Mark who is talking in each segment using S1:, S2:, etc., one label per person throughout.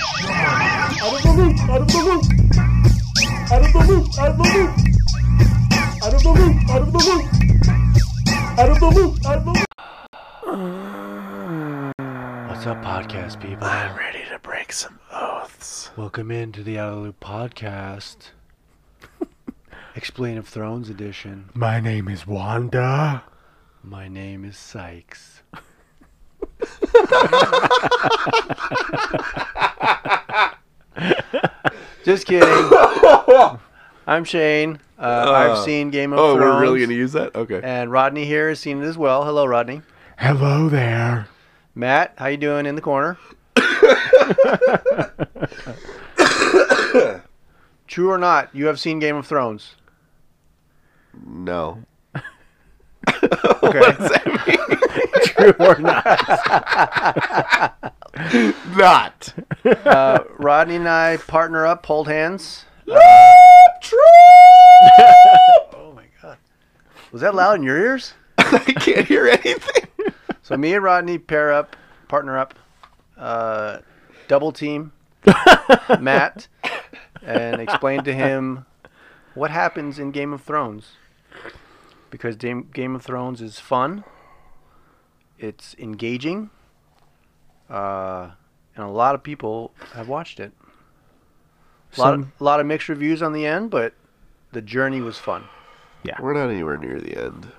S1: Out of the loop, out of the loop. Out of the loop, out of the loop. Out of the loop, out of the loop. Out of the loop, out of the loop.
S2: What's up, podcast people?
S3: I'm ready to break some oaths.
S2: Welcome in to the Out of the Loop podcast. Explain of Thrones edition.
S3: My name is Wanda.
S2: My name is Sykes. Just kidding. I'm Shane. Uh, I've
S3: Oh.
S2: seen Game of
S3: Oh,
S2: Thrones.
S3: we're really gonna use that? Okay.
S2: and Rodney here has seen it as well. Hello, Rodney.
S3: Hello there.
S2: Matt, how you doing in the corner? True or not, you have seen Game of Thrones.
S3: No.
S2: Okay.
S3: What does that mean?
S2: True or not?
S3: Not
S2: Uh, Rodney and I partner up, hold hands.
S3: true.
S2: Oh my god. Was that loud in your ears?
S3: I can't hear anything.
S2: So me and Rodney pair up, partner up, uh, double team Matt, and explain to him what happens in Game of Thrones. Because Dame, Game of Thrones is fun, it's engaging, uh, and a lot of people have watched it. A lot,
S4: Some-
S2: a lot of mixed reviews on the end, but the journey was fun.
S3: We're not anywhere near the end.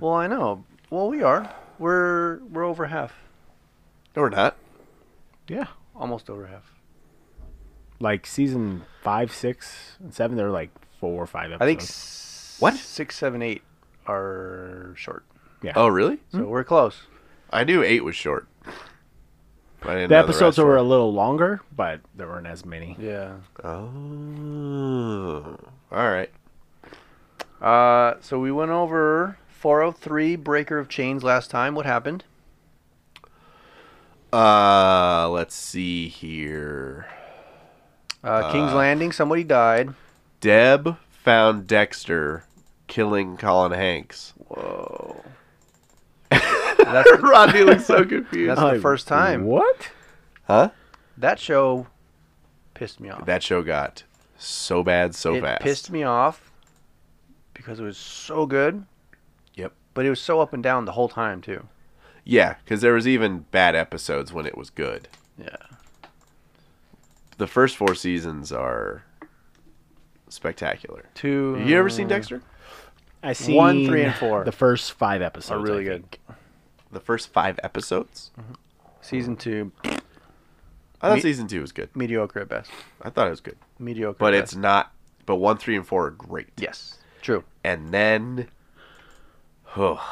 S2: Well, I know. Well, we are. We're we're over half,
S3: No, we're not.
S4: Yeah.
S2: almost over half.
S4: Like season five, six, and seven, there were like four or five episodes.
S2: I think
S3: What?
S2: six, seven, eight are short.
S3: Oh, really?
S2: So we're close.
S3: I knew eight was short. I didn't
S4: the
S3: know
S4: episodes
S3: rest
S4: were
S3: were-
S4: a little longer, but there weren't as many.
S2: Yeah.
S3: Oh. All right.
S2: Uh, so we went over 403 Breaker of Chains last time. What happened?
S3: Uh, let's see here.
S2: Uh, King's Landing. Somebody died.
S3: Deb found Dexter killing Colin Hanks.
S2: Whoa. That's,
S3: Rodney looks so confused.
S2: that's the first time.
S4: What?
S3: huh?
S2: That show pissed me off.
S3: That show got so bad so
S2: it
S3: fast.
S2: pissed me off because it was so good.
S3: Yep.
S2: But it was so up and down the whole time too.
S3: Yeah, because there was even bad episodes when it was good.
S2: Yeah.
S3: The first four seasons are spectacular.
S2: Two.
S3: You ever seen Dexter?
S4: I see
S2: One, three, and four.
S4: The first five episodes
S2: Are really
S4: I
S2: good.
S4: think.
S3: The first five episodes?
S2: Season two,
S3: I thought
S2: Me-
S3: season two was good.
S2: mediocre at best.
S3: I thought it was good,
S2: Mediocre.
S3: but
S2: at
S3: it's
S2: best.
S3: not. But one, three, and four are great.
S2: yes, true.
S3: And then, oh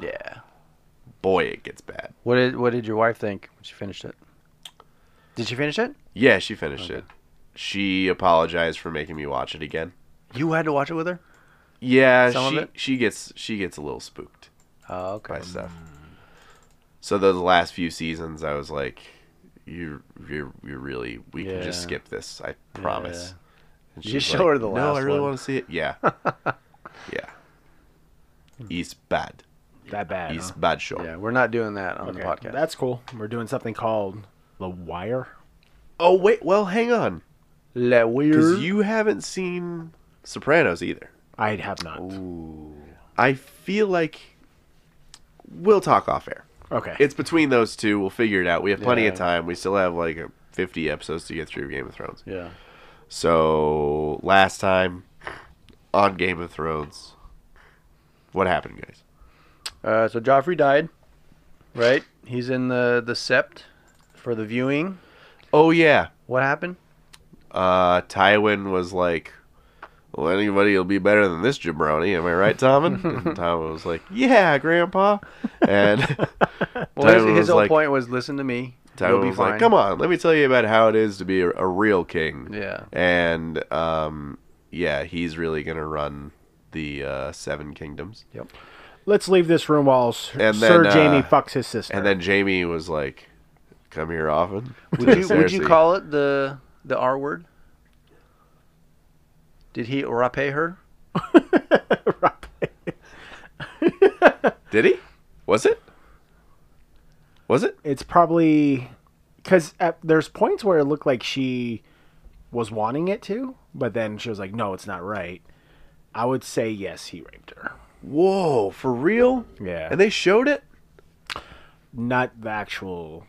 S2: Yeah.
S3: boy, it gets bad.
S2: What did What did your wife think when she finished it? Did she finish it?
S3: Yeah, she finished it. She apologized for making me watch it again.
S2: You had to watch it with her.
S3: Yeah,
S2: Some of
S3: she
S2: it?
S3: she gets she gets a little spooked.
S2: Oh, okay.
S3: by stuff. So those last few seasons, I was like, "You, you, you really, we can just
S2: Yeah.
S3: skip this. I promise." And she
S2: Just
S3: was
S2: show her the
S3: No,
S2: last
S3: I really
S2: one."
S3: want to see it. Yeah, yeah. It's bad.
S4: That bad.
S3: It's
S4: huh?
S3: bad show.
S2: Yeah, we're not doing that on the podcast.
S4: That's cool. We're doing something called The Wire.
S3: Oh wait, well, hang on,
S2: La weird.
S3: because you haven't seen Sopranos either.
S4: I have not.
S3: I feel like we'll talk off air.
S4: Okay.
S3: It's between those two. We'll figure it out. We have plenty of
S2: Yeah.
S3: time. We still have like a 50 episodes to get through Game of Thrones.
S2: yeah.
S3: So last time on Game of Thrones, what happened, guys?
S2: Uh, so Joffrey died, right? He's in the the sept for the viewing.
S3: Oh yeah,
S2: What happened?
S3: uh, Tywin was like, "Well, anybody will be better than this jabroni." Am I right, Tommen? and Tommen was like, "Yeah, Grandpa." And
S2: Well, his,
S3: Tywin
S2: his
S3: was
S2: whole
S3: like-
S2: point was listen to me.
S3: Tywin
S2: You'll be
S3: was
S2: fine.
S3: like, "Come on, let me tell you about how it is to be a, a real king."
S2: Yeah.
S3: And um, yeah, he's really gonna run the uh, Seven Kingdoms.
S4: Let's leave this room while Sir,
S3: And
S4: Sir
S3: then,
S4: Jamie
S3: uh,
S4: fucks his sister.
S3: And then Jamie was like, "Come here often."
S2: Would you Would you
S3: Cersei.
S2: call it the the R word? Did he rape her?
S3: Did he? Was it? Was it?
S4: it's probably because there's points where it looked like she was wanting it to, but then she was like, "No, it's not right." I would say yes, he raped her.
S3: Whoa, for real?
S4: Yeah.
S3: And they showed it.
S4: Not the actual.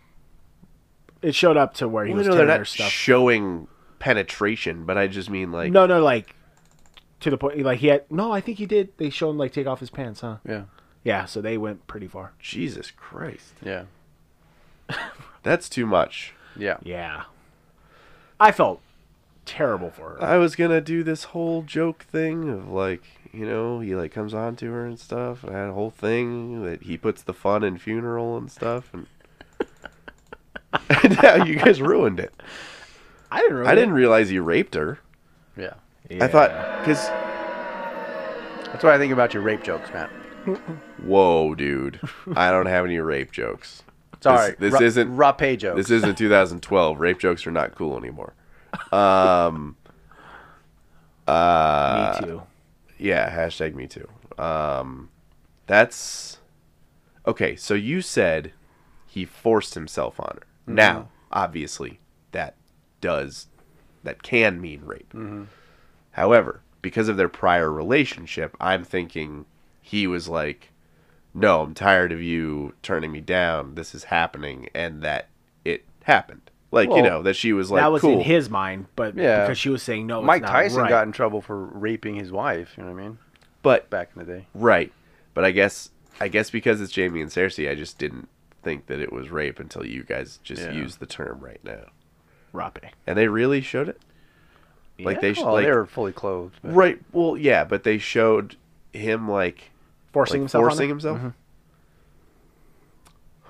S4: It showed up to where he
S3: Well,
S4: was
S3: no,
S4: tearing
S3: they're
S4: her
S3: not
S4: stuff.
S3: showing penetration, but I just mean like
S4: no, no, like to the point. Like he had no. I think he did. They showed him like take off his pants, huh?
S2: Yeah.
S4: Yeah. So they went pretty far.
S3: Jesus Christ.
S2: Yeah.
S3: That's too much.
S2: Yeah.
S4: Yeah. I felt terrible for her.
S3: I was gonna do this whole joke thing of like, you know, he like comes on to her and stuff, and I had a whole thing that he puts the fun in funeral and stuff, and, and now you guys ruined it.
S4: I didn't. Ruin
S3: I didn't realize he raped her.
S2: Yeah.
S4: it.
S3: I thought,
S4: Yeah.
S3: cause
S2: That's what I think about your rape jokes, Matt.
S3: whoa, dude, I don't have any rape jokes.
S2: Sorry.
S3: this
S2: ra-
S3: isn't-
S2: rape jokes.
S3: This isn't 2012. Rape jokes are not cool anymore. Um, uh,
S4: me too.
S3: Yeah, hashtag me too. Um, that's okay. So you said he forced himself on her.
S4: Mm-hmm.
S3: Now, obviously, that does that can mean rape.
S4: Mm-hmm.
S3: However, because of their prior relationship, I'm thinking he was like, "No, I'm tired of you turning me down. This is happening," and that it happened. Like you
S4: Well,
S3: know that she was like,
S4: that was
S3: "Cool."
S4: in his mind, but
S2: Yeah.
S4: because she was saying no, it's
S2: Mike
S4: not
S2: Tyson
S4: right.
S2: got in trouble for raping his wife. You know what I mean?
S3: but
S2: Back in the day.
S3: Right. But I guess I guess because it's Jamie and Cersei, I just didn't think that it was rape until you guys just
S2: Yeah.
S3: used the term right now.
S4: Rape.
S3: And they really showed it? Like they sh-
S2: Well,
S3: like
S2: they were fully clothed. but-
S3: Right. Well, yeah, but they showed him like
S4: forcing
S3: forcing
S4: himself.
S3: himself.
S4: on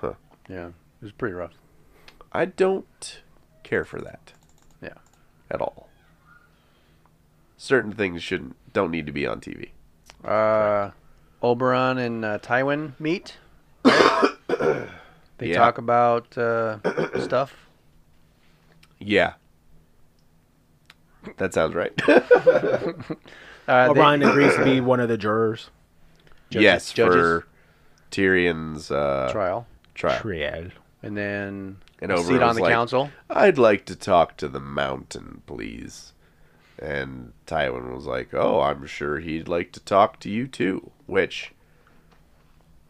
S3: Forcing
S4: her?
S3: himself?
S2: Yeah. It was pretty rough.
S3: I don't care for that
S2: Yeah.
S3: at all. Certain things shouldn't don't need to be on TV.
S2: Uh, Oberon and uh, Tywin meet. they
S3: Yeah.
S2: talk about uh, stuff.
S3: Yeah. That sounds right.
S2: Uh, they-
S4: O'Brien agrees to be one of the jurors.
S2: Judges-
S3: yes,
S2: judges.
S3: for Tyrion's uh, trial.
S2: trial,
S4: Trial.
S2: and then
S3: And
S2: a seat
S3: Oberon
S2: on
S3: was
S2: the
S3: like-
S2: council.
S3: I'd like to talk to the mountain, please. And Tywin was like, Oh, I'm sure he'd like to talk to you too. Which,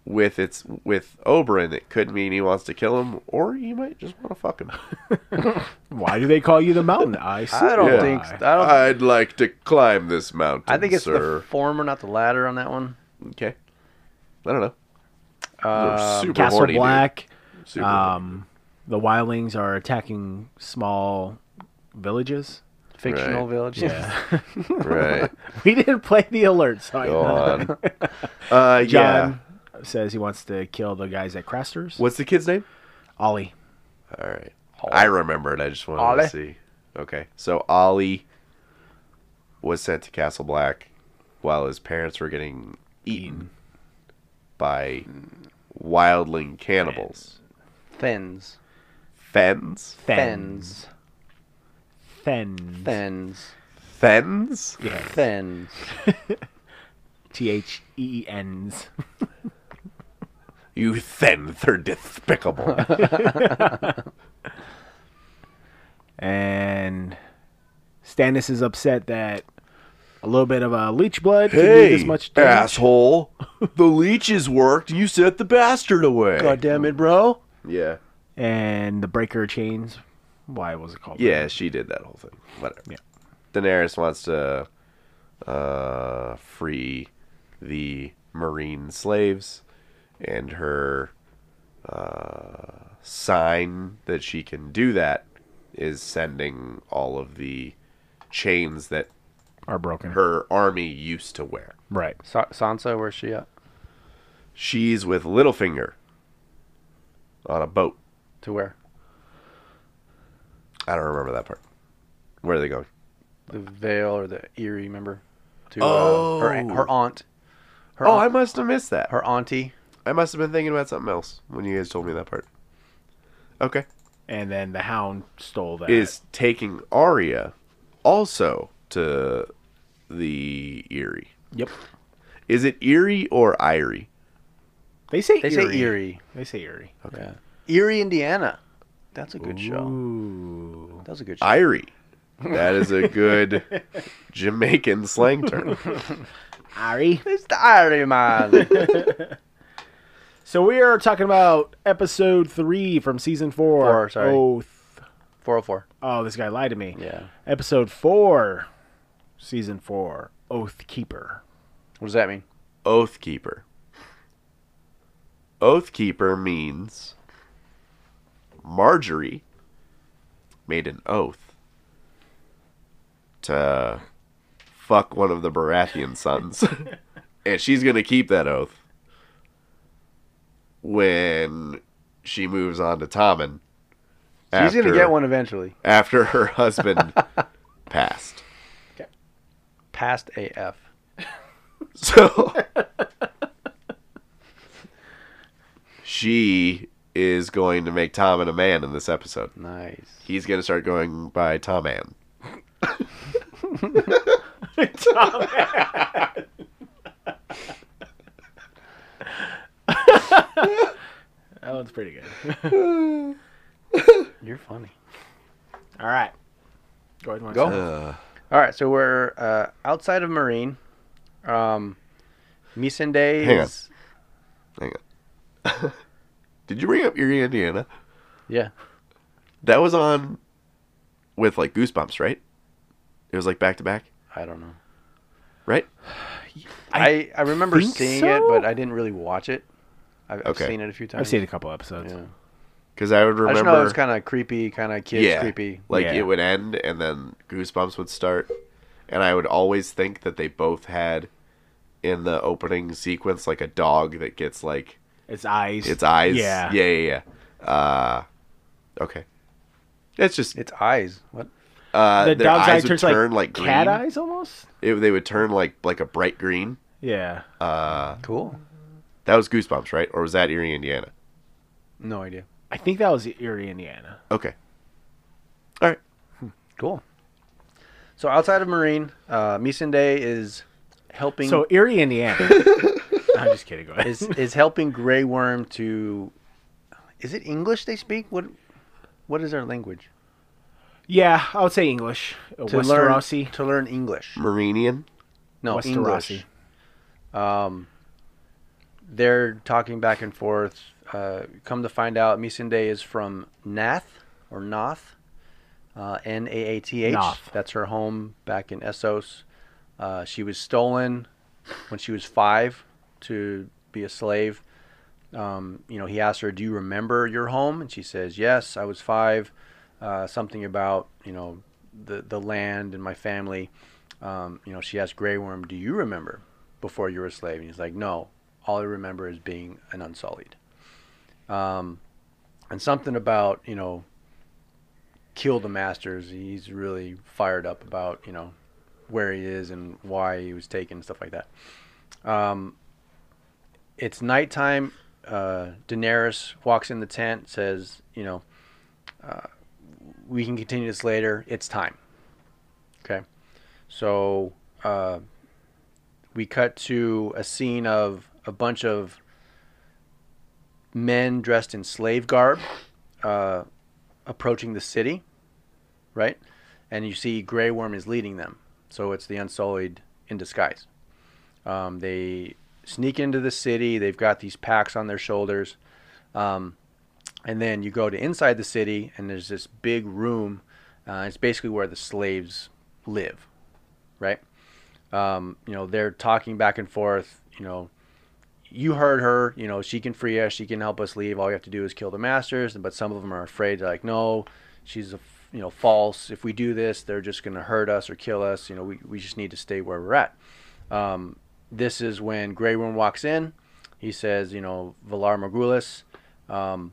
S3: with its with Oberyn, it could mean he wants to kill him, or he might just want to fuck him.
S4: Why do they call you the mountain? I,
S2: I don't
S3: Yeah.
S2: think. I don't. I,
S3: I'd like to climb this mountain.
S2: think it's the
S3: sir.
S2: former, not the latter, on that one.
S3: okay. I don't know. You're
S2: Uh,
S3: super
S4: Castle
S3: horny, dude.
S4: Black.
S3: Super horny.
S4: Um, the wildlings are attacking small villages.
S2: fictional
S3: right.
S2: village.
S3: right.
S4: We didn't play the alert, so I
S3: Go on. Uh, yeah.
S4: John says he wants to kill the guys at Craster's.
S3: What's the kid's name?
S4: Ollie.
S3: All right. I remember it. I just wanted
S2: Ollie?
S3: to see. Okay. So Ollie was sent to Castle Black while his parents were getting eaten by wildling cannibals.
S2: Thens.
S3: Fens?
S2: Thens.
S4: Fen.
S2: Thens.
S3: Fens?
S4: Yeah.
S2: Thens.
S4: T H E E N's.
S3: You thens are despicable.
S4: And Stannis is upset that a little bit of a leech blood can do
S3: hey,
S4: this much damage.
S3: asshole. The leeches worked. You sent the bastard away.
S2: God damn it, bro!
S3: Yeah.
S4: and the breaker of chains. Why was it called? that?
S3: Yeah, she did that whole thing. Whatever.
S4: Yeah.
S3: Daenerys wants to uh, free the marine slaves, and her uh, sign that she can do that is sending all of the chains that
S4: Are broken.
S3: her army used to wear.
S4: Right.
S2: Sa- Sansa, where's she at?
S3: She's with Littlefinger on a boat.
S2: To where?
S3: I don't remember that part. Where are they going?
S2: The veil or the eerie? Remember? To uh, her
S3: Oh.
S2: her her aunt. Her
S3: Oh,
S2: aunt-
S3: I must have missed that.
S2: her auntie.
S3: I must have been thinking about something else when you guys told me that part. Okay.
S4: And then the hound stole that.
S3: Is taking Arya also to the Erie.
S4: Yep.
S3: Is it Erie or Irie?
S4: They say
S2: They
S4: Erie.
S2: say eerie.
S4: They say Erie.
S2: Yeah. Erie, Indiana. That's a good show.
S4: Ooh.
S2: That was a good show.
S3: Irie. That is a good Jamaican slang term.
S4: Ari.
S2: it's the Irie Man.
S4: So we are talking about episode three from season four.
S2: Four, sorry.
S4: Oh, th-
S2: 404.
S4: oh, this guy lied to me.
S2: Yeah.
S4: Episode four, season four, Oath Keeper.
S2: What does that mean?
S3: Oath Keeper. Oath Keeper means Marjorie made an oath to fuck one of the Baratheon sons. and she's going to keep that oath when she moves on to Tommen.
S2: He's going to
S3: after-
S2: get one eventually.
S3: After her husband passed.
S2: Past AF.
S3: So she is going to make Tom and a man in this episode.
S2: Nice.
S3: He's going to start going by Tom Ann.
S4: That one's pretty good.
S2: You're funny. Uh,
S4: All right. Go ahead. and
S2: Go.
S4: watch that.
S2: All right, so we're uh, outside of Marine. Um, Missandei
S3: Hang on.
S2: is.
S3: Hang on. Did you bring up Erie, Indiana?
S2: Yeah.
S3: That was on with like Goosebumps, right? It was like back to back,
S2: I don't know.
S3: right?
S2: I, I remember
S4: think
S2: seeing it,
S4: so?
S2: but I didn't really watch it. I've, I've
S3: Okay.
S2: seen it a few times.
S4: I've seen a couple episodes.
S2: Yeah.
S3: Because I would
S2: I
S3: remember.
S2: just know it was kind of creepy, kind of kids creepy.
S3: Like
S4: Yeah.
S3: it would end and then Goosebumps would start. And I would always think that they both had in the opening sequence like a dog that gets like
S4: Its eyes.
S3: its eyes.
S4: Yeah.
S3: Yeah, yeah, yeah. Uh okay. It's just
S2: Its eyes. What?
S3: uh
S4: The
S3: their
S4: dog's
S3: eyes
S4: eye
S3: would
S4: turns
S3: turn
S4: like,
S3: like,
S4: cat
S3: green.
S4: eyes almost.
S3: It, they would turn like like a bright green.
S4: Yeah.
S3: Uh
S2: Cool.
S3: that was Goosebumps, right? Or was that Erie, Indiana?
S2: No idea.
S4: I think that was Erie, Indiana.
S3: Okay. All right.
S2: Cool. So outside of Marine, uh, Missandei is helping
S4: So Erie, Indiana. I'm just kidding. Go ahead.
S2: is is helping Grey Worm to. Is it English they speak? What What is their language?
S4: yeah, I would say English. Uh,
S2: To learn
S4: Westerosi.
S2: to learn English.
S3: Marinian.
S2: No
S4: Westerosi.
S2: English. Um, they're talking back and forth. Uh, come to find out, Missandei is from Nath or Noth, uh, N A A T H.
S4: Noth.
S2: That's her home back in Essos. Uh, she was stolen when she was five to be a slave. Um, you know, he asked her, "Do you remember your home?" And she says, "Yes, I was five. Uh, something about you know the the land and my family." Um, you know, she asked Grey Worm, "Do you remember before you were a slave?" And he's like, "No, all I remember is being an unsullied." Um, and something about you know, kill the masters. He's really fired up about you know where he is and why he was taken and stuff like that. Um, it's nighttime. Uh, Daenerys walks in the tent, says, "You know, uh, we can continue this later. It's time." Okay, so uh, we cut to a scene of a bunch of men dressed in slave garb uh, approaching the city, right? And you see Grey Worm is leading them. So it's the Unsullied in disguise. Um, they sneak into the city. They've got these packs on their shoulders. Um, and then you go to inside the city, and there's this big room. Uh, it's basically where the slaves live, right? Um, you know, they're talking back and forth. You know, you heard her. You know, she can free us. She can help us leave. All you have to do is kill the masters. But some of them are afraid. They're like, no, she's a f- you know false. If we do this, they're just going to hurt us or kill us. You know, we, we just need to stay where we're at. Um, this is when Grey Worm walks in. He says, you know, Valar Morghulis um,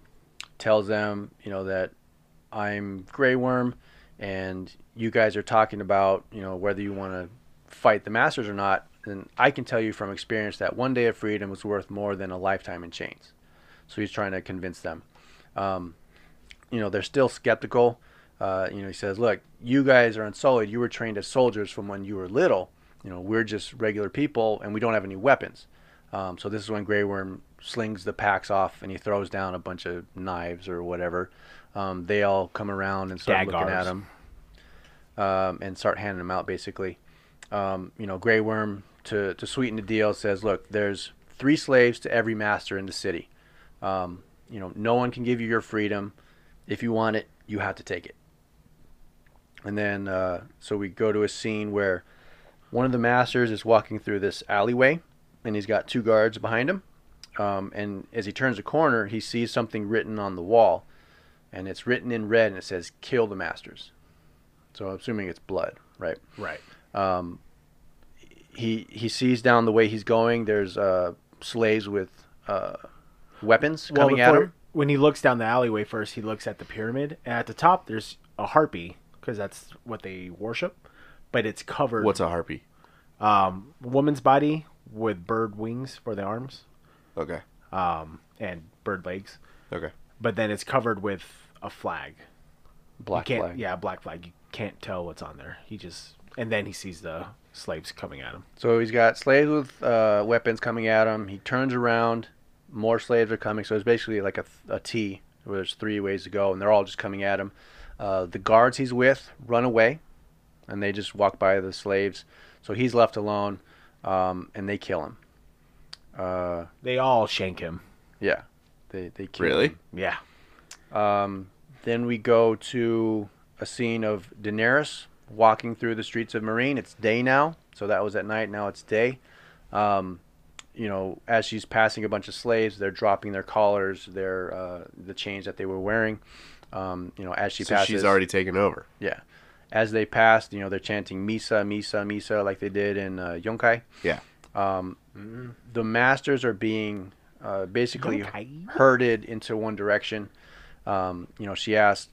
S2: tells them, you know, that I'm Grey Worm, and you guys are talking about, you know, whether you want to fight the Masters or not. And I can tell you from experience that one day of freedom is worth more than a lifetime in chains. So he's trying to convince them. Um, you know, they're still skeptical. Uh, you know, he says, look, you guys are unsullied. You were trained as soldiers from when you were little. You know, we're just regular people and we don't have any weapons. Um, so this is when Grey Worm slings the packs off and he throws down a bunch of knives or whatever. Um, they all come around and start looking at
S4: Daggars.
S2: him um, and start handing them out basically. Um, you know, Grey Worm to, to sweeten the deal says, look, there's three slaves to every master in the city. Um, you know, no one can give you your freedom. If you want it, you have to take it. And then, uh, so we go to a scene where one of the masters is walking through this alleyway, and he's got two guards behind him. Um, and as he turns a corner, he sees something written on the wall, and it's written in red, and it says "Kill the masters." So I'm assuming it's blood, right?
S4: Right.
S2: Um, he he sees down the way he's going. There's uh, slaves with uh, weapons coming at
S4: before-
S2: him.
S4: When he looks down the alleyway first, he looks at the pyramid, and at the top there's a harpy because that's what they worship. But it's covered.
S3: What's a harpy?
S4: um, woman's body with bird wings for the arms
S3: Okay.
S4: um, and bird legs,
S3: Okay.
S4: but then it's covered with a flag.
S2: Black
S4: you can't,
S2: flag.
S4: Yeah, a black flag. You can't tell what's on there. He just and then he sees the slaves coming at him.
S2: So he's got slaves with uh, weapons coming at him. He turns around. More slaves are coming. So it's basically like a, a T where there's three ways to go, and they're all just coming at him. Uh, the guards he's with run away, and they just walk by the slaves. So he's left alone, um, and they kill him. Uh,
S4: They all shank him.
S2: yeah, they they kill
S3: Really?
S2: him.
S4: Yeah.
S2: Um, then we go to a scene of Daenerys walking through the streets of Marine. It's day now, so that was at night. Now it's day. Um, you know, as she's passing a bunch of slaves, they're dropping their collars, their uh, the chains that they were wearing. Um, you know, as she
S3: so
S2: passes,
S3: she's already taken over.
S2: yeah. As they passed, you know, they're chanting Misa, Misa, Misa, like they did in uh, Yonkai.
S3: Yeah.
S2: Um, the masters are being uh, basically
S4: Yonkai.
S2: herded into one direction. Um, you know, she asked,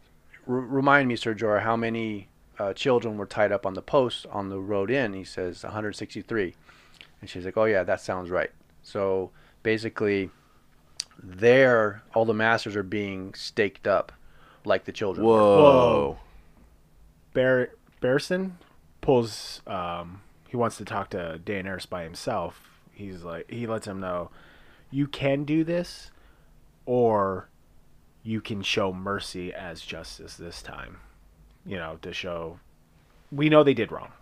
S2: "R- "Remind me, Sir Jorah, how many uh, children were tied up on the posts on the road in?" He says, "163," and she's like, "Oh yeah, that sounds right." So basically, there, all the masters are being staked up, like the children. were.
S3: Whoa.
S4: Bar- Barrison pulls. Um, he wants to talk to Daenerys by himself. He's like, he lets him know, you can do this, or you can show mercy as justice this time. You know, to show, we know they did wrong,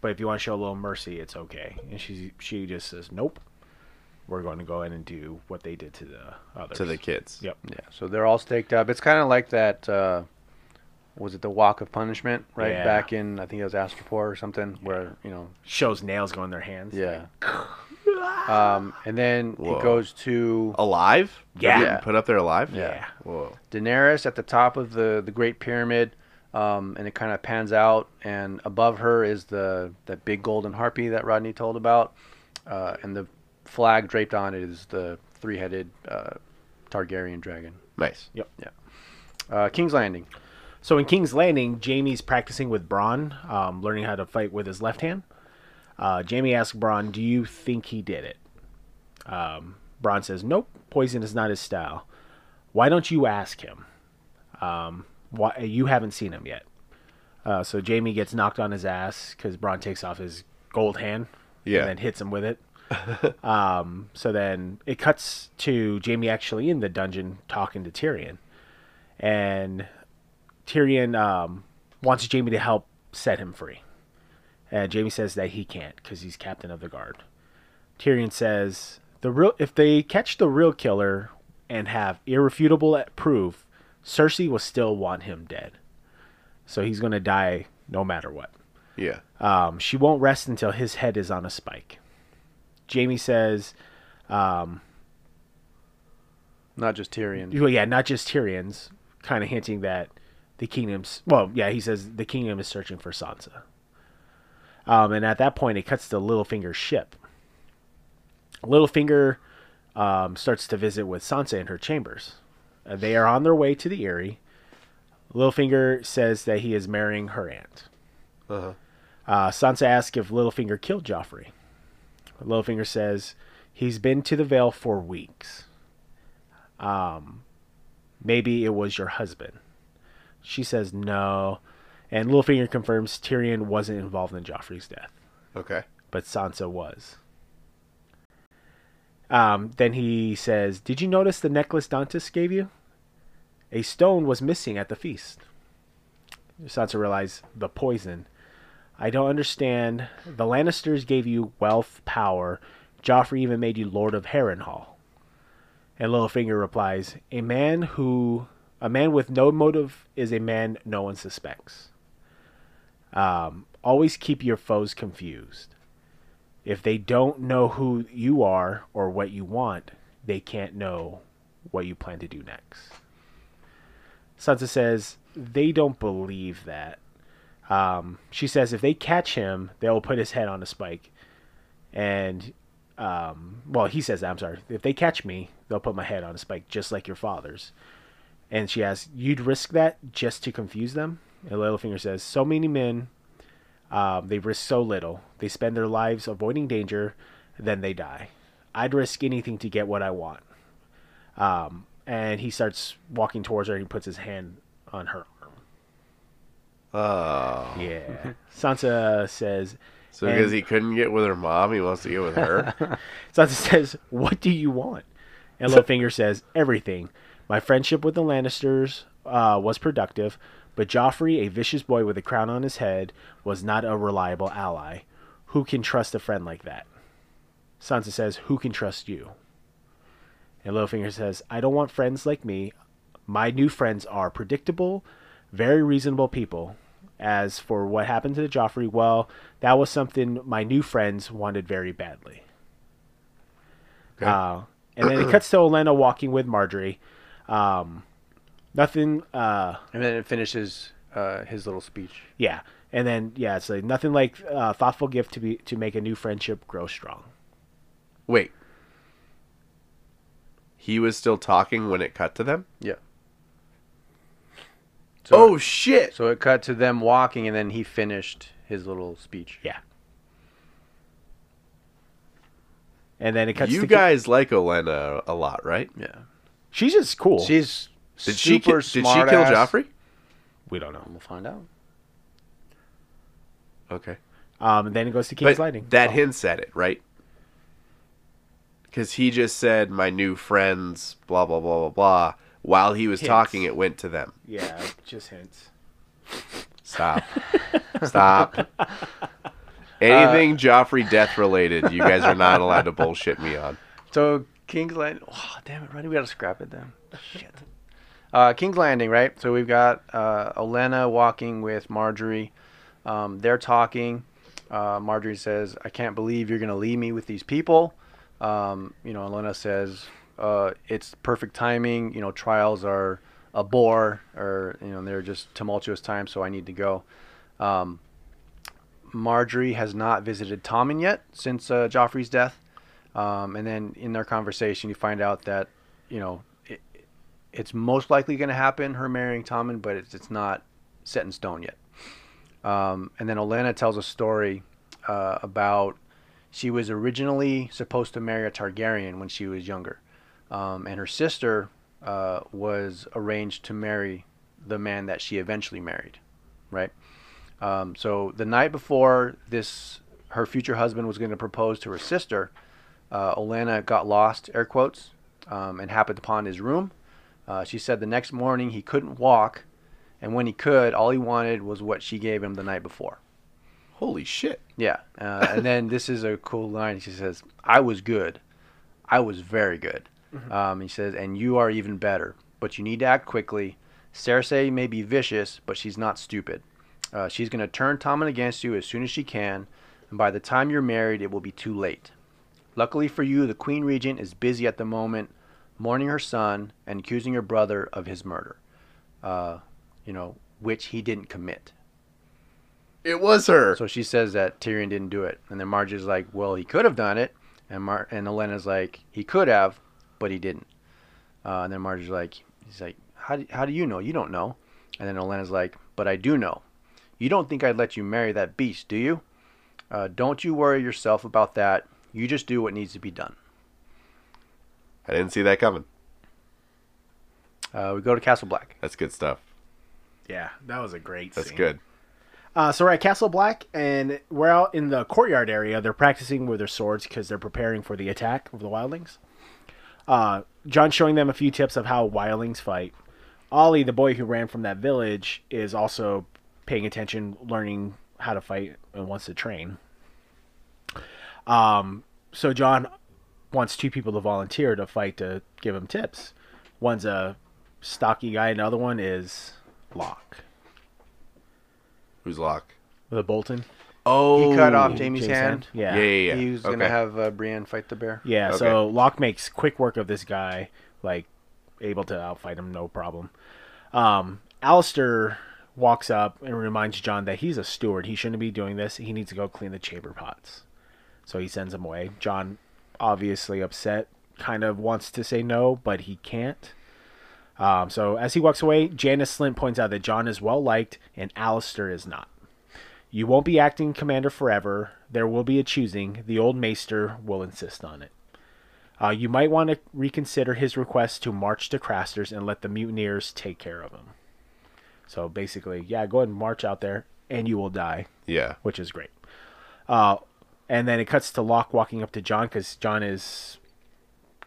S4: but if you want to show a little mercy, it's okay. And she she just says, nope, we're going to go in and do what they did to the others.
S3: To the kids.
S4: Yep.
S2: Yeah, so they're all staked up. It's kind of like that. Uh, was it the Walk of Punishment? Right
S4: Yeah.
S2: back in, I think it was Astropor or something, where you know,
S4: Shows nails going in their hands.
S2: yeah. um, and then
S3: Whoa.
S2: it goes to
S3: Alive? They're
S4: Yeah.
S3: getting Put up there alive?
S4: Yeah.
S3: Whoa.
S2: Daenerys at the top of the the Great Pyramid, um, and it kind of pans out, and above her is the that big golden harpy that Rodney told about, uh, and the flag draped on it is the three headed uh, Targaryen dragon.
S3: Nice.
S2: Uh, King's Landing.
S4: So in King's Landing, Jamie's practicing with Braun, um, learning how to fight with his left hand. Uh, Jamie asks Braun, "Do you think he did it?" Um, Braun says, "Nope, poison is not his style. Why don't you ask him? Um, why you haven't seen him yet?" Uh, so Jamie gets knocked on his ass because Braun takes off his gold hand
S3: Yeah.
S4: and then hits him with it. um, so then it cuts to Jamie actually in the dungeon talking to Tyrion, and Tyrion um, wants Jamie to help set him free. And Uh, Jamie says that he can't because he's captain of the guard. Tyrion says the real if they catch the real killer and have irrefutable proof, Cersei will still want him dead. So he's gonna die no matter what.
S3: Yeah.
S2: Uh,
S4: Um, she won't rest until his head is on a spike. Jamie says,
S2: Not just Tyrion.
S4: well, yeah, not just Tyrion's, kind of hinting that the kingdom's, well, yeah, he says the kingdom is searching for Sansa. Um, and at that point, it cuts to Littlefinger's ship. Littlefinger um, starts to visit with Sansa in her chambers. Uh, They are on their way to the Eyrie. Littlefinger says that he is marrying her aunt.
S3: Uh-huh.
S4: Uh, Sansa asks if Littlefinger killed Joffrey. Littlefinger says he's been to the Vale for weeks. Um, maybe it was your husband. She says no, and Littlefinger confirms Tyrion wasn't involved in Joffrey's death,
S3: Okay.
S4: but Sansa was. Um, then he says, "Did you notice the necklace Dantas gave you? A stone was missing at the feast." Sansa realized the poison. I don't understand. The Lannisters gave you wealth, power. Joffrey even made you Lord of Harrenhal. And Littlefinger replies, "A man who, a man with no motive, is a man no one suspects. Um, always keep your foes confused. If they don't know who you are or what you want, they can't know what you plan to do next." Sansa says they don't believe that. Um, she says if they catch him, they'll put his head on a spike, and um, well, he says that. I'm sorry. If they catch me, they'll put my head on a spike, just like your father's. And she asks, "You'd risk that just to confuse them?" And Littlefinger says, "So many men, um, they risk so little. They spend their lives avoiding danger, then they die. I'd risk anything to get what I want." Um, and he starts walking towards her. and He puts his hand on her arm.
S3: Oh.
S4: Yeah. Sansa says,
S3: So
S4: And-
S3: because he couldn't get with her mom, he wants to get with her.
S4: Sansa says, "What do you want?" And Littlefinger says, "Everything. My friendship with the Lannisters uh, was productive, but Joffrey, a vicious boy with a crown on his head, was not a reliable ally. Who can trust a friend like that?" Sansa says, "Who can trust you?" And Littlefinger says, "I don't want friends like me. My new friends are predictable, very reasonable people." As for what happened to Joffrey, well, that was something my new friends wanted very badly. Uh, and then it cuts to Olenna walking with Marjorie. Um, nothing. Uh,
S2: And then it finishes uh, his little speech.
S4: yeah, and then yeah, it's like nothing like uh, thoughtful gift to be to make a new friendship grow strong.
S3: Wait. He was still talking when it cut to them?
S2: Yeah. So,
S3: oh, shit.
S2: So it cut to them walking, and then he finished his little speech.
S4: Yeah. And then it cuts.
S3: you
S4: to
S3: guys like Olenna a lot, right?
S2: Yeah.
S4: she's just cool.
S2: She's
S3: Did she ki-
S2: super
S3: did she kill
S2: smart ass.
S3: Joffrey?
S4: we don't know.
S2: We'll find out.
S3: Okay.
S4: Um, and then it goes to King's
S3: But
S4: Landing.
S3: that
S4: Oh,
S3: hints at it, right? Because he just said, my new friends, blah, blah, blah, blah, blah. While he was
S4: Hints.
S3: talking, it went to them.
S4: Yeah, just hints.
S3: Stop. Stop. Anything Joffrey death related, you guys are not allowed to bullshit me on.
S2: So King's Landing. Oh, damn it, Ronnie, we gotta scrap it then. Shit. Uh, King's Landing, right? So we've got uh, Olenna walking with Marjorie. Um, they're talking. Uh, Marjorie says, "I can't believe you're gonna leave me with these people." Um, you know, Olenna says, uh, "It's perfect timing. You know, trials are a bore, or you know, they're just tumultuous times. So I need to go." Um, Marjorie has not visited Tommen yet since uh, Joffrey's death. Um, and then in their conversation, you find out that, you know, it, it's most likely going to happen, her marrying Tommen, but it's, it's not set in stone yet. Um, and then Olenna tells a story uh, about she was originally supposed to marry a Targaryen when she was younger. Um, and her sister uh, was arranged to marry the man that she eventually married, right? Um, so the night before this, her future husband was going to propose to her sister uh, Olana got lost, air quotes, um, and happened upon his room. Uh, she said the next morning he couldn't walk, and when he could, all he wanted was what she gave him the night before.
S3: Holy shit.
S2: Yeah. Uh, and then this is a cool line. She says, I was good. I was very good. Um, he says, and you are even better, but you need to act quickly. Cersei may be vicious, but she's not stupid. Uh, she's going to turn Tommen against you as soon as she can, and by the time you're married, it will be too late. Luckily for you, the Queen Regent is busy at the moment, mourning her son and accusing your brother of his murder, uh, you know, which he didn't commit.
S3: It was her.
S2: So she says that Tyrion didn't do it, and then Marjorie's like, "Well, he could have done it," and Mar- and Elena's like, "He could have, but he didn't." Uh, and then Marjorie's like, "He's like, how do, how do you know? You don't know." And then Elena's like, "But I do know. You don't think I'd let you marry that beast, do you? Uh, don't you worry yourself about that. You just do what needs to be done."
S3: I didn't see that coming.
S2: Uh, we go to Castle Black.
S3: That's good stuff.
S4: Yeah, that was a great.
S3: That's
S4: scene.
S3: good.
S4: Uh, so we're at Castle Black, and we're out in the courtyard area. They're practicing with their swords because they're preparing for the attack of the wildlings. Uh, John's showing them a few tips of how wildlings fight. Ollie, the boy who ran from that village, is also paying attention, learning how to fight, and wants to train. Um, so John wants two people to volunteer to fight to give him tips. One's a stocky guy, and the other one is Locke,
S3: Who's Locke?
S4: the Bolton.
S3: Oh,
S2: He cut off
S3: Yeah,
S2: Jamie's
S4: Jason.
S2: hand.
S4: Yeah.
S3: yeah, yeah.
S2: He was
S3: Okay.
S2: gonna have uh, Brienne fight the bear.
S4: Yeah,
S3: Okay.
S4: so Locke makes quick work of this guy, like able to outfight him, no problem. Um, Alistair walks up and reminds John that he's a steward. He shouldn't be doing this. He needs to go clean the chamber pots. So he sends him away. John, obviously upset, kind of wants to say no, but he can't. Um, so as he walks away, Janice Slint points out that John is well liked and Alistair is not. You won't be acting commander forever. There will be a choosing. The old maester will insist on it. Uh, you might want to reconsider his request to march to Craster's and let the mutineers take care of him. So basically, yeah, go ahead and march out there and you will die,
S3: Yeah.
S4: which is great. Uh, and then it cuts to Locke walking up to John because John is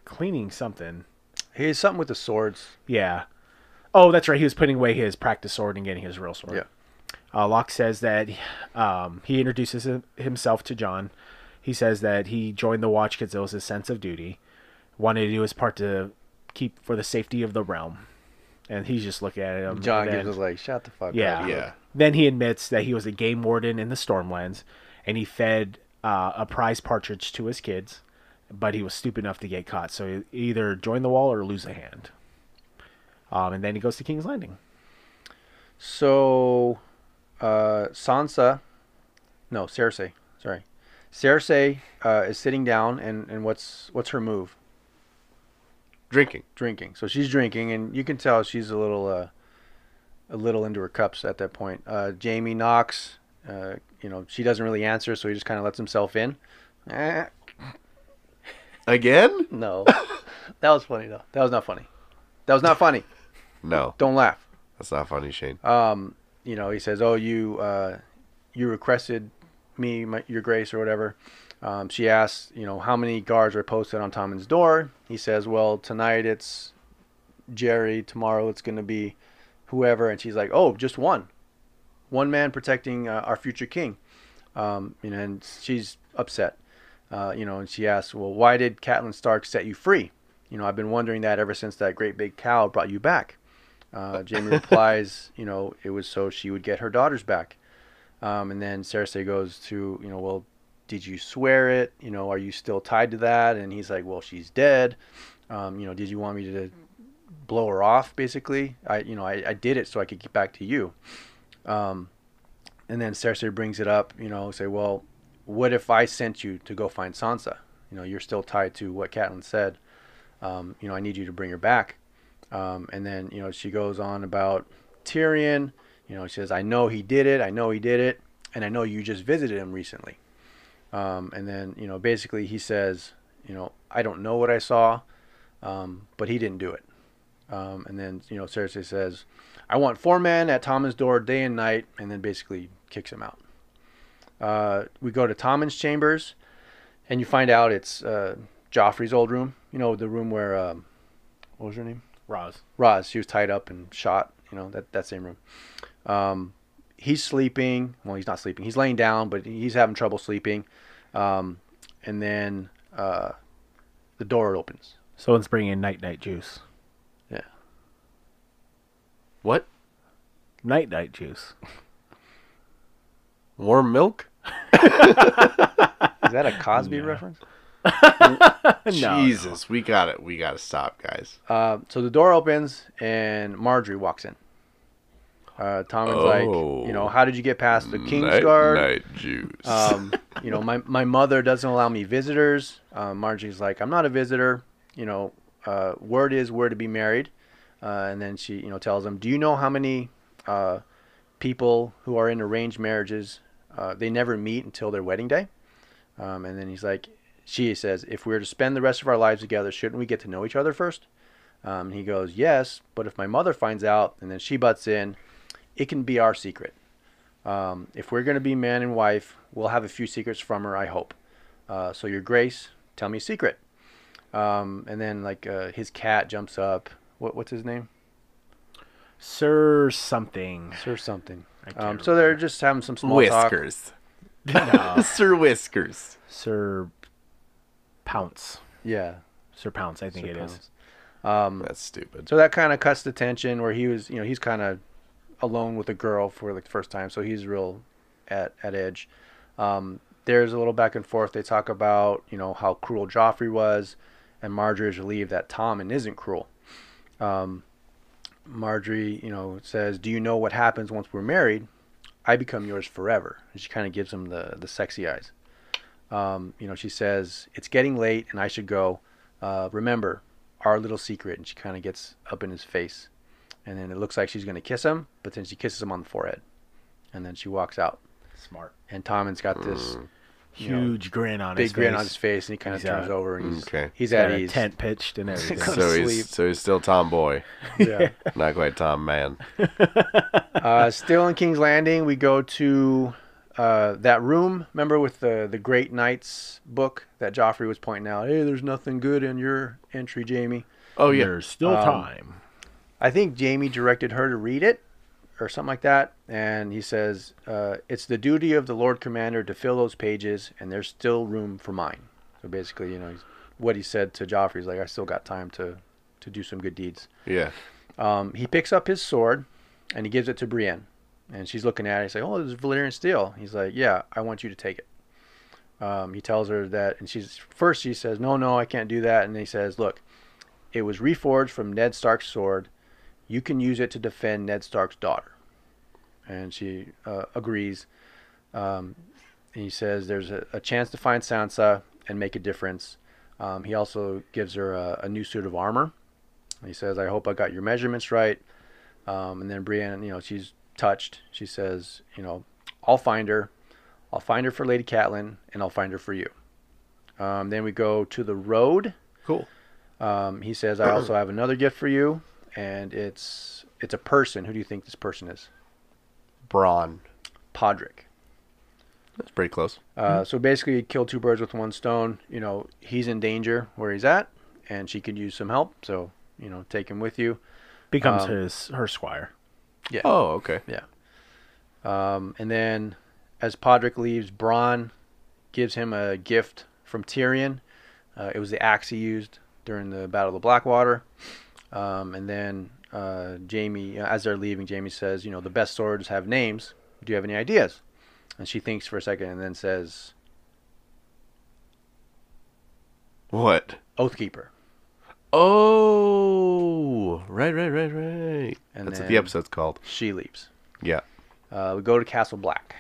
S4: cleaning something.
S2: He's something with the swords.
S4: Yeah. Oh, that's right. He was putting away his practice sword and getting his real sword.
S2: Yeah.
S4: Uh, Locke says that um, he introduces him- himself to John. He says that he joined the Watch because it was his sense of duty, wanted to do his part to keep for the safety of the realm, and he's just looking at him.
S2: John
S4: and then,
S2: gives us like, shut the fuck
S4: yeah.
S2: up.
S3: Yeah.
S4: Then he admits that he was a game warden in the Stormlands, and he fed uh, a prize partridge to his kids, but he was stupid enough to get caught. So he either join the wall or lose a hand. Um, and then he goes to King's Landing.
S2: So, uh, Sansa, no, Cersei, sorry, Cersei uh, is sitting down, and, and what's what's her move?
S3: Drinking.
S2: Drinking. So she's drinking, and you can tell she's a little uh, a little into her cups at that point. Uh, Jamie knocks. Uh, you know, she doesn't really answer, so he just kind of lets himself in. Eh,
S3: Again?
S2: no, that was funny though. That was not funny. That was not funny.
S3: No,
S2: Don't laugh.
S3: that's not funny, Shane.
S2: um, you know, he says, "Oh, you uh, you requested me, my, your grace, or whatever." Um, she asks, you know, how many guards are posted on Tommen's door. He says, "Well, tonight it's Jerry. Tomorrow it's going to be whoever." And she's like, "Oh, just one, one man protecting uh, our future king." Um, you know, and she's upset. Uh, you know, and she asks, "Well, why did Catelyn Stark set you free?" You know, I've been wondering that ever since that great big cow brought you back. Uh, Jamie replies, you know, it was so she would get her daughters back. Um, and then Cersei goes to, you know, well, did you swear it? You know, are you still tied to that? And he's like, well, she's dead. Um, you know, did you want me to blow her off? Basically, I, you know, I, I did it so I could get back to you. Um, and then Cersei brings it up, you know, say, well, what if I sent you to go find Sansa? You know, you're still tied to what Catelyn said. Um, you know, I need you to bring her back. Um, and then, you know, she goes on about Tyrion. You know, she says, I know he did it. I know he did it. And I know you just visited him recently. Um, and then, you know, basically he says, you know, I don't know what I saw, um, but he didn't do it. Um, and then, you know, Cersei says, I want four men at Tommen's door day and night. And then basically kicks him out. Uh, we go to Tommen's chambers and you find out it's uh, Joffrey's old room. You know, the room where, um, what was her name?
S4: Roz.
S2: Roz, she was tied up and shot, you know, that, that same room. Um, he's sleeping. Well, he's not sleeping. He's laying down, but he's having trouble sleeping. Um, and then uh, the door opens.
S4: Someone's bringing night night juice.
S3: What?
S4: Night night juice.
S3: Warm milk?
S2: Is that a Cosby reference?
S3: Jesus, we got it. We got to stop, guys.
S2: Uh, so the door opens and Marjorie walks in. Uh, Tom is like, you know,
S3: Oh.
S2: how did you get past the King's
S3: night,
S2: Guard?
S3: night juice.
S2: Um, you know, my, my mother doesn't allow me visitors. Um, Margie's like, I'm not a visitor. You know, uh, word is we're to be married. Uh, and then she, you know, tells him, Do you know how many uh, people who are in arranged marriages uh, they never meet until their wedding day? Um, and then he's like, She says, If we are to spend the rest of our lives together, shouldn't we get to know each other first? Um, and he goes, Yes, but if my mother finds out and then she butts in, it can be our secret. Um, if we're going to be man and wife, we'll have a few secrets from her, I hope. Uh, so, Your Grace, tell me a secret. Um, and then, like, uh, his cat jumps up. What, what's his name?
S4: Sir something.
S2: Sir something.
S4: can't
S2: Um, so, they're just having some small talk.
S3: Whiskers. Sir Whiskers.
S4: Sir Pounce.
S2: Yeah.
S4: Sir Pounce, I think
S2: Sir
S4: it is.
S2: Pounce.
S3: That's stupid.
S2: So that kind of cuts the tension where he was, you know, he's kind of alone with a girl for like the first time, so he's real at at edge. Um, there's a little back and forth. They talk about you know how cruel Joffrey was, and Marjorie is relieved that Tommen isn't cruel. Um, Marjorie, you know, says, "Do you know what happens once we're married? I become yours forever." And she kind of gives him the the sexy eyes. Um, you know, she says, "It's getting late, and I should go. Uh, remember, our little secret." And she kind of gets up in his face, and then it looks like she's gonna kiss him, but then she kisses him on the forehead, and then she walks out.
S4: Smart.
S2: And Tommen's got this You know,
S4: Huge grin on
S2: big
S4: his face.
S2: grin on his face, and he kind of
S4: He's,
S2: turns
S4: uh,
S2: over and he's,
S3: okay.
S2: he's
S4: He's got
S2: at
S4: a
S2: ease.
S4: tent pitched and everything.
S2: Go to
S3: So
S2: sleep.
S3: he's so he's still tomboy,
S2: Yeah.
S3: not quite Tom man.
S2: uh, still in King's Landing, we go to uh, that room. Remember with the the Great Knights book that Joffrey was pointing out. Hey, there's nothing good in your entry, Jamie.
S3: Oh yeah,
S4: There's still
S2: Um,
S4: time.
S2: I think Jamie directed her to read it or something like that. And he says, uh, It's the duty of the Lord Commander to fill those pages, and there's still room for mine. So basically, you know, he's, what he said to Joffrey is like, I still got time to, to do some good deeds.
S3: yeah.
S2: Um, he picks up his sword and he gives it to Brienne. And she's looking at it. He's like, Oh, this is Valyrian steel. He's like, Yeah, I want you to take it. Um, he tells her that. And she's first, she says, No, no, I can't do that. And he says, Look, it was reforged from Ned Stark's sword. You can use it to defend Ned Stark's daughter. And she uh, agrees. Um, and he says, There's a, a chance to find Sansa and make a difference. Um, he also gives her a, a new suit of armor. He says, "I hope I got your measurements right." Um, and then Brienne, you know, she's touched. She says, "You know, I'll find her. I'll find her for Lady Catelyn, and I'll find her for you." Um, then we go to the road.
S3: Cool.
S2: Um, he says, "I also have another gift for you, and it's it's a person. Who do you think this person is?
S3: Brawn.
S2: Podrick."
S3: That's pretty close.
S2: Uh, so basically, you kill two birds with one stone. You know, he's in danger where he's at, and she could use some help. So, you know, take him with you.
S4: Becomes
S2: um,
S4: his her squire.
S3: Oh, okay.
S2: Um, and then, as Podrick leaves, Braun gives him a gift from Tyrion. Uh, it was the axe he used during the Battle of the Blackwater. Um, and then uh, Jamie, as they're leaving, Jamie says, "You know, the best swords have names. Do you have any ideas?" And she thinks for a second, and then says,
S3: What?
S2: "Oathkeeper."
S3: Oh, right, right, right, right.
S2: And
S3: That's what
S2: then-
S3: the episode's called.
S2: She leaves.
S3: Yeah.
S2: Uh, we go to Castle Black.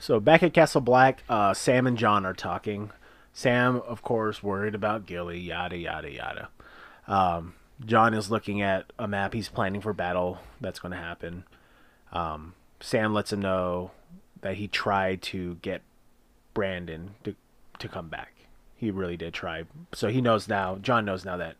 S4: So back at Castle Black, uh, Sam and John are talking. Sam, of course, worried about Gilly, yada yada yada. Um, John is looking at a map. He's planning for battle that's going to happen. Um, Sam lets him know that he tried to get Brandon to to come back. He really did try. So he knows now. John knows now that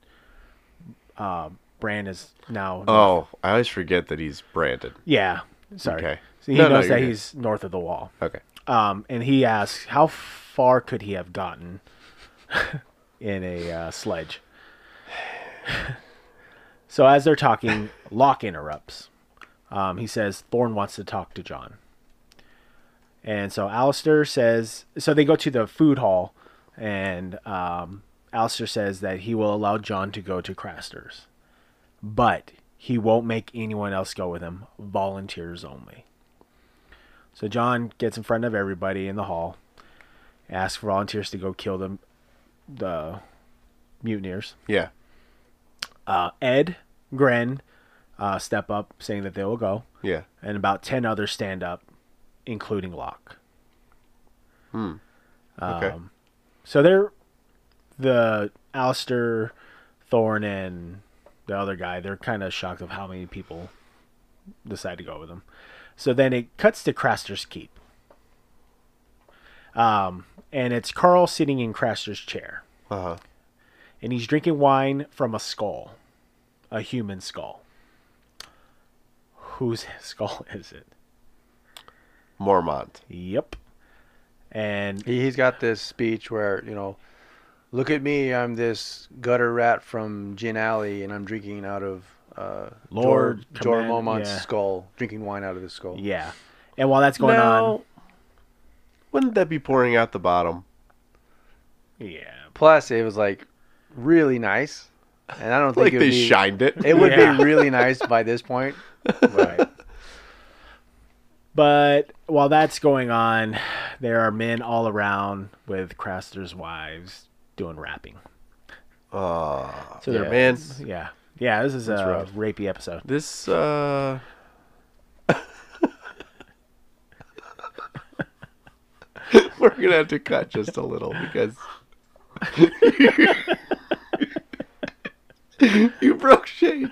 S4: uh, Brand is now.
S3: Oh, I always forget that he's Brandon.
S4: yeah. Sorry.
S3: Okay.
S4: So he
S3: No, no,
S4: knows
S3: you're
S4: that
S3: good.
S4: he's north of the wall.
S3: Okay.
S4: Um, and he asks, how far could he have gotten in a uh, sledge? so as they're talking, Locke interrupts. Um, he says, Thorne wants to talk to John. And so Alistair says, so they go to the food hall, and um, Alistair says that he will allow John to go to Craster's, but he won't make anyone else go with him, volunteers only. So John gets in front of everybody in the hall, asks volunteers to go kill them, the mutineers.
S3: Yeah.
S4: Uh, Ed, Gren, uh, step up, saying that they will go,
S3: Yeah.
S4: and about ten others stand up, including Locke.
S3: Okay.
S2: Um,
S4: So they're the Alistair, Thorne, and the other guy. They're kind of shocked of how many people decide to go with them. So then it cuts to Craster's keep, um, and it's Carl sitting in Craster's chair,
S3: uh huh.
S4: and he's drinking wine from a skull, a human skull. Whose skull is it?
S3: Mormont.
S4: Yep. And
S2: He, he's got this speech where, you know, look at me, I'm this gutter rat from Gin Alley, and I'm drinking out of uh,
S4: Lord
S2: Jor, Jor
S4: Command-
S2: Mormont's
S4: yeah.
S2: skull, drinking wine out of his skull.
S4: yeah. And while that's going on,
S3: wouldn't that be pouring out the bottom?
S4: yeah.
S2: Plus, it was like really nice, and I don't think
S3: Like
S2: it would
S3: they
S2: be,
S3: shined it.
S2: It would
S4: Yeah.
S2: be really nice by this point.
S4: Right. but while that's going on, there are men all around with Craster's wives doing rapping.
S3: Aw,
S4: So they're
S3: Ah, man,
S4: Yeah. Yeah, this is a
S3: rough.
S4: rapey episode.
S3: this uh, we're gonna have to cut just a little because you broke shade.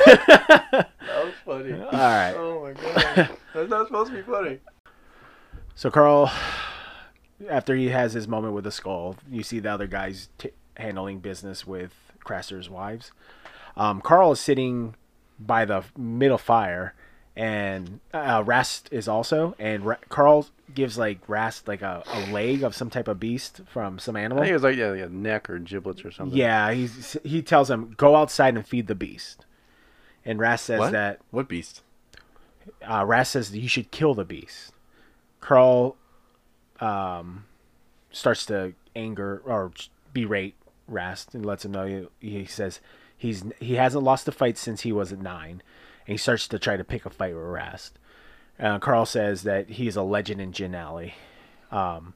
S2: That was funny.
S4: All right.
S2: Oh my god, that's not supposed to be funny.
S4: So Carl, after he has his moment with the skull, you see the other guys t- handling business with Craster's wives. Um, Carl is sitting by the middle fire, and uh, Rast is also. And Ra- Carl gives like Rast like a, a leg of some type of beast from some
S2: I think it
S4: animal.
S2: was like yeah, like a neck or giblets or something.
S4: Yeah, he's, he tells him go outside and feed the beast. And Rast says
S3: What?
S4: that
S3: What beast?
S4: uh, Raz says that you should kill the beast. Carl um, starts to anger or berate Rast and lets him know. He, he says he's he hasn't lost a fight since he was at nine, and he starts to try to pick a fight with Rast. Uh, Carl says that he is a legend in Gin Alley. Um,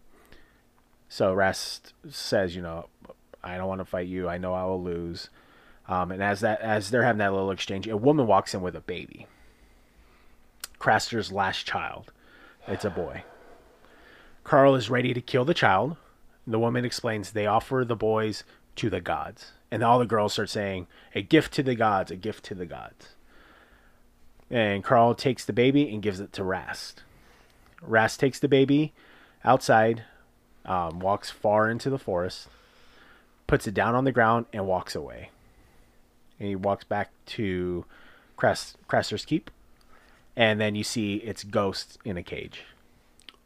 S4: so Rast says, you know, I don't want to fight you. I know I will lose. Um, and as that as they're having that little exchange, a woman walks in with a baby. Craster's last child. It's a boy. Carl is ready to kill the child. The woman explains they offer the boys to the gods. And all the girls start saying, A gift to the gods, a gift to the gods. And Carl takes the baby and gives it to Rast. Rast takes the baby outside, um, walks far into the forest, puts it down on the ground, and walks away. And he walks back to Cras- Craster's keep and then you see its ghost in a cage.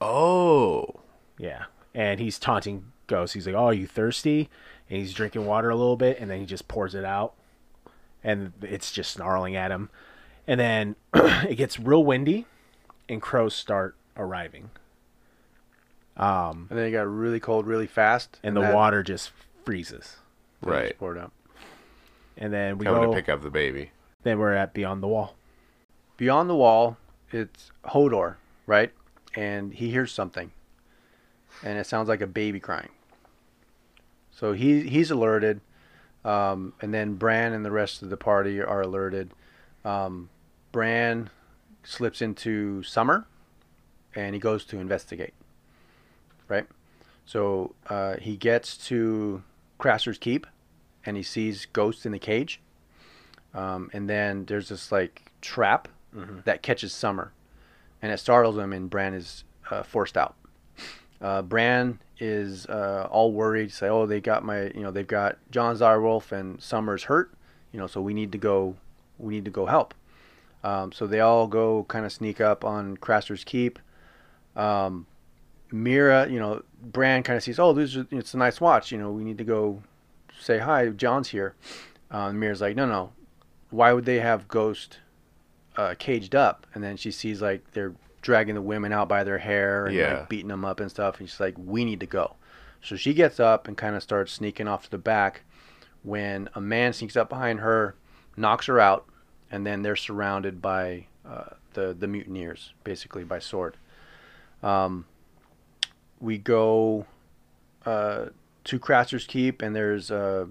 S3: Oh,
S4: Yeah. And he's taunting Ghost. He's like, "Oh, are you thirsty?" And he's drinking water a little bit, and then he just pours it out, and it's just snarling at him. And then it gets real windy, and crows start arriving,
S2: And then it got really cold really fast,
S4: and the
S2: that-
S4: water just freezes.
S2: that just
S3: right.
S2: poured out.
S4: And then we
S3: Coming
S4: go.
S3: to pick up the baby.
S4: then we're at Beyond the Wall.
S2: Beyond the wall, it's Hodor, right? And he hears something. And it sounds like a baby crying. So he he's alerted. Um, and then Bran and the rest of the party are alerted. Um, Bran slips into Summer and he goes to investigate. Right? So uh, he gets to Craster's Keep and he sees Ghost in the cage. Um, and then there's this like trap that catches Summer, and it startles him, and Bran is uh, forced out. Uh, Bran is uh, all worried, say, "Oh, they got my, you know, they've got John Zyrwolf and Summer's hurt, you know, so we need to go, we need to go help." Um, so they all go kind of sneak up on Craster's Keep. Um, Mira, you know, Bran kind of sees, "Oh, this is, it's a nice watch, you know, we need to go say hi. John's here." Uh, and Mira's like, "No, no, why would they have Ghost uh, caged up? And then she sees like they're dragging the women out by their hair and
S3: Yeah.
S2: like beating them up and stuff. And she's like, we need to go. So she gets up and kind of starts sneaking off to the back when a man sneaks up behind her, knocks her out, and then they're surrounded by uh, the, the mutineers, basically by sword. Um, we go uh, to Craster's Keep, and there's uh,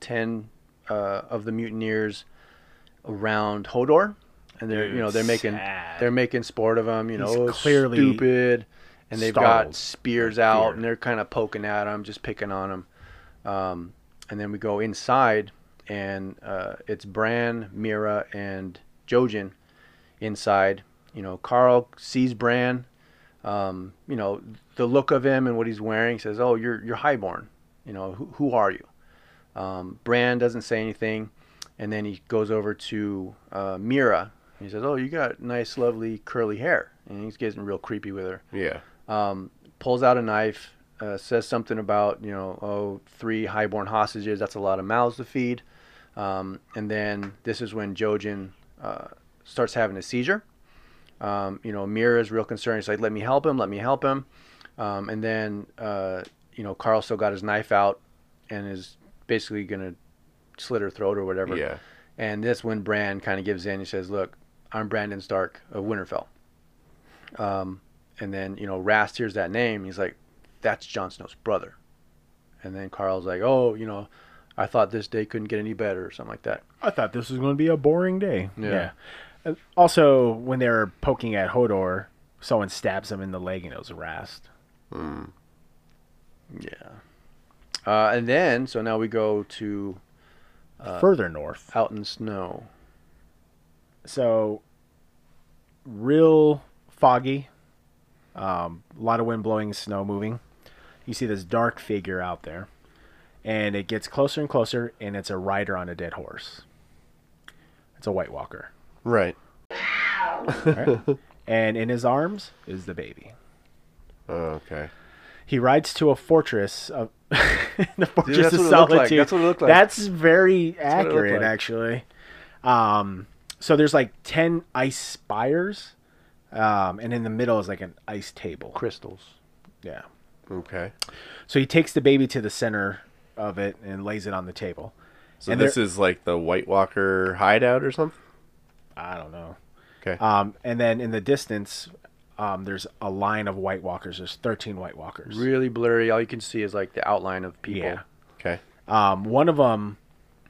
S2: 10 uh, of the mutineers around Hodor, and they're you know they're making
S4: Sad.
S2: they're making sport of him. You
S4: He's
S2: know, clearly
S4: clearly
S2: stupid, and they've
S4: startled
S2: got spears
S4: by
S2: out,
S4: fear.
S2: and they're kind of poking at him, just picking on him. Um, and then we go inside, and uh, it's Bran, Mira, and Jojen inside. You know, Carl sees Bran. Um, you know, the look of him and what he's wearing he says, "Oh, you're you're highborn." You know, who, who are you? Um, Bran doesn't say anything, and then he goes over to uh, Mira He says, "Oh, you got nice, lovely curly hair," and he's getting real creepy with her.
S3: Yeah.
S2: Um, pulls out a knife, uh, says something about you know, oh, three highborn hostages. That's a lot of mouths to feed. Um, and then this is when Jojen uh, starts having a seizure. Um, you know, Mira is real concerned. He's like, "Let me help him. Let me help him." Um, and then uh, you know, Carl still got his knife out and is basically gonna slit her throat or whatever.
S3: Yeah.
S2: And that's when Bran kind of gives in. He says, "Look, I'm Brandon Stark of Winterfell." Um, and then you know, Rast hears that name. He's like, "That's Jon Snow's brother." And then Carl's like, "Oh, you know, I thought this day couldn't get any better," or something like that.
S4: I thought this was going to be a boring day.
S2: Yeah.
S4: And Also, when they're poking at Hodor, someone stabs him in the leg and it was Rast.
S2: Yeah. Uh, and then, so now we go to
S4: Further north.
S2: Out in Snow.
S4: So, real foggy. Um, a lot of wind blowing, snow moving. You see this dark figure out there. And it gets closer and closer, and it's a rider on a dead horse. It's a White Walker.
S3: Right.
S4: And in his arms is the baby.
S3: Oh, Okay.
S4: He rides to a fortress of the fortress
S2: that's what it looked
S4: of
S2: like.
S4: solitude.
S2: That's what it looked like.
S4: That's very
S2: what it looked
S4: accurate,
S2: like.
S4: actually. Um, so there's like ten ice spires, um, and in the middle is like an ice table.
S2: Crystals.
S4: Yeah.
S3: Okay.
S4: So he takes the baby to the center of it and lays it on the table.
S3: So
S4: And
S3: this
S4: there-
S3: is like the White Walker hideout or something.
S4: I don't know.
S3: Okay.
S4: Um, and then in the distance, um, there's a line of White Walkers. There's thirteen White Walkers.
S2: Really blurry. All you can see is like the outline of people.
S4: Yeah.
S3: okay.
S4: um, one of them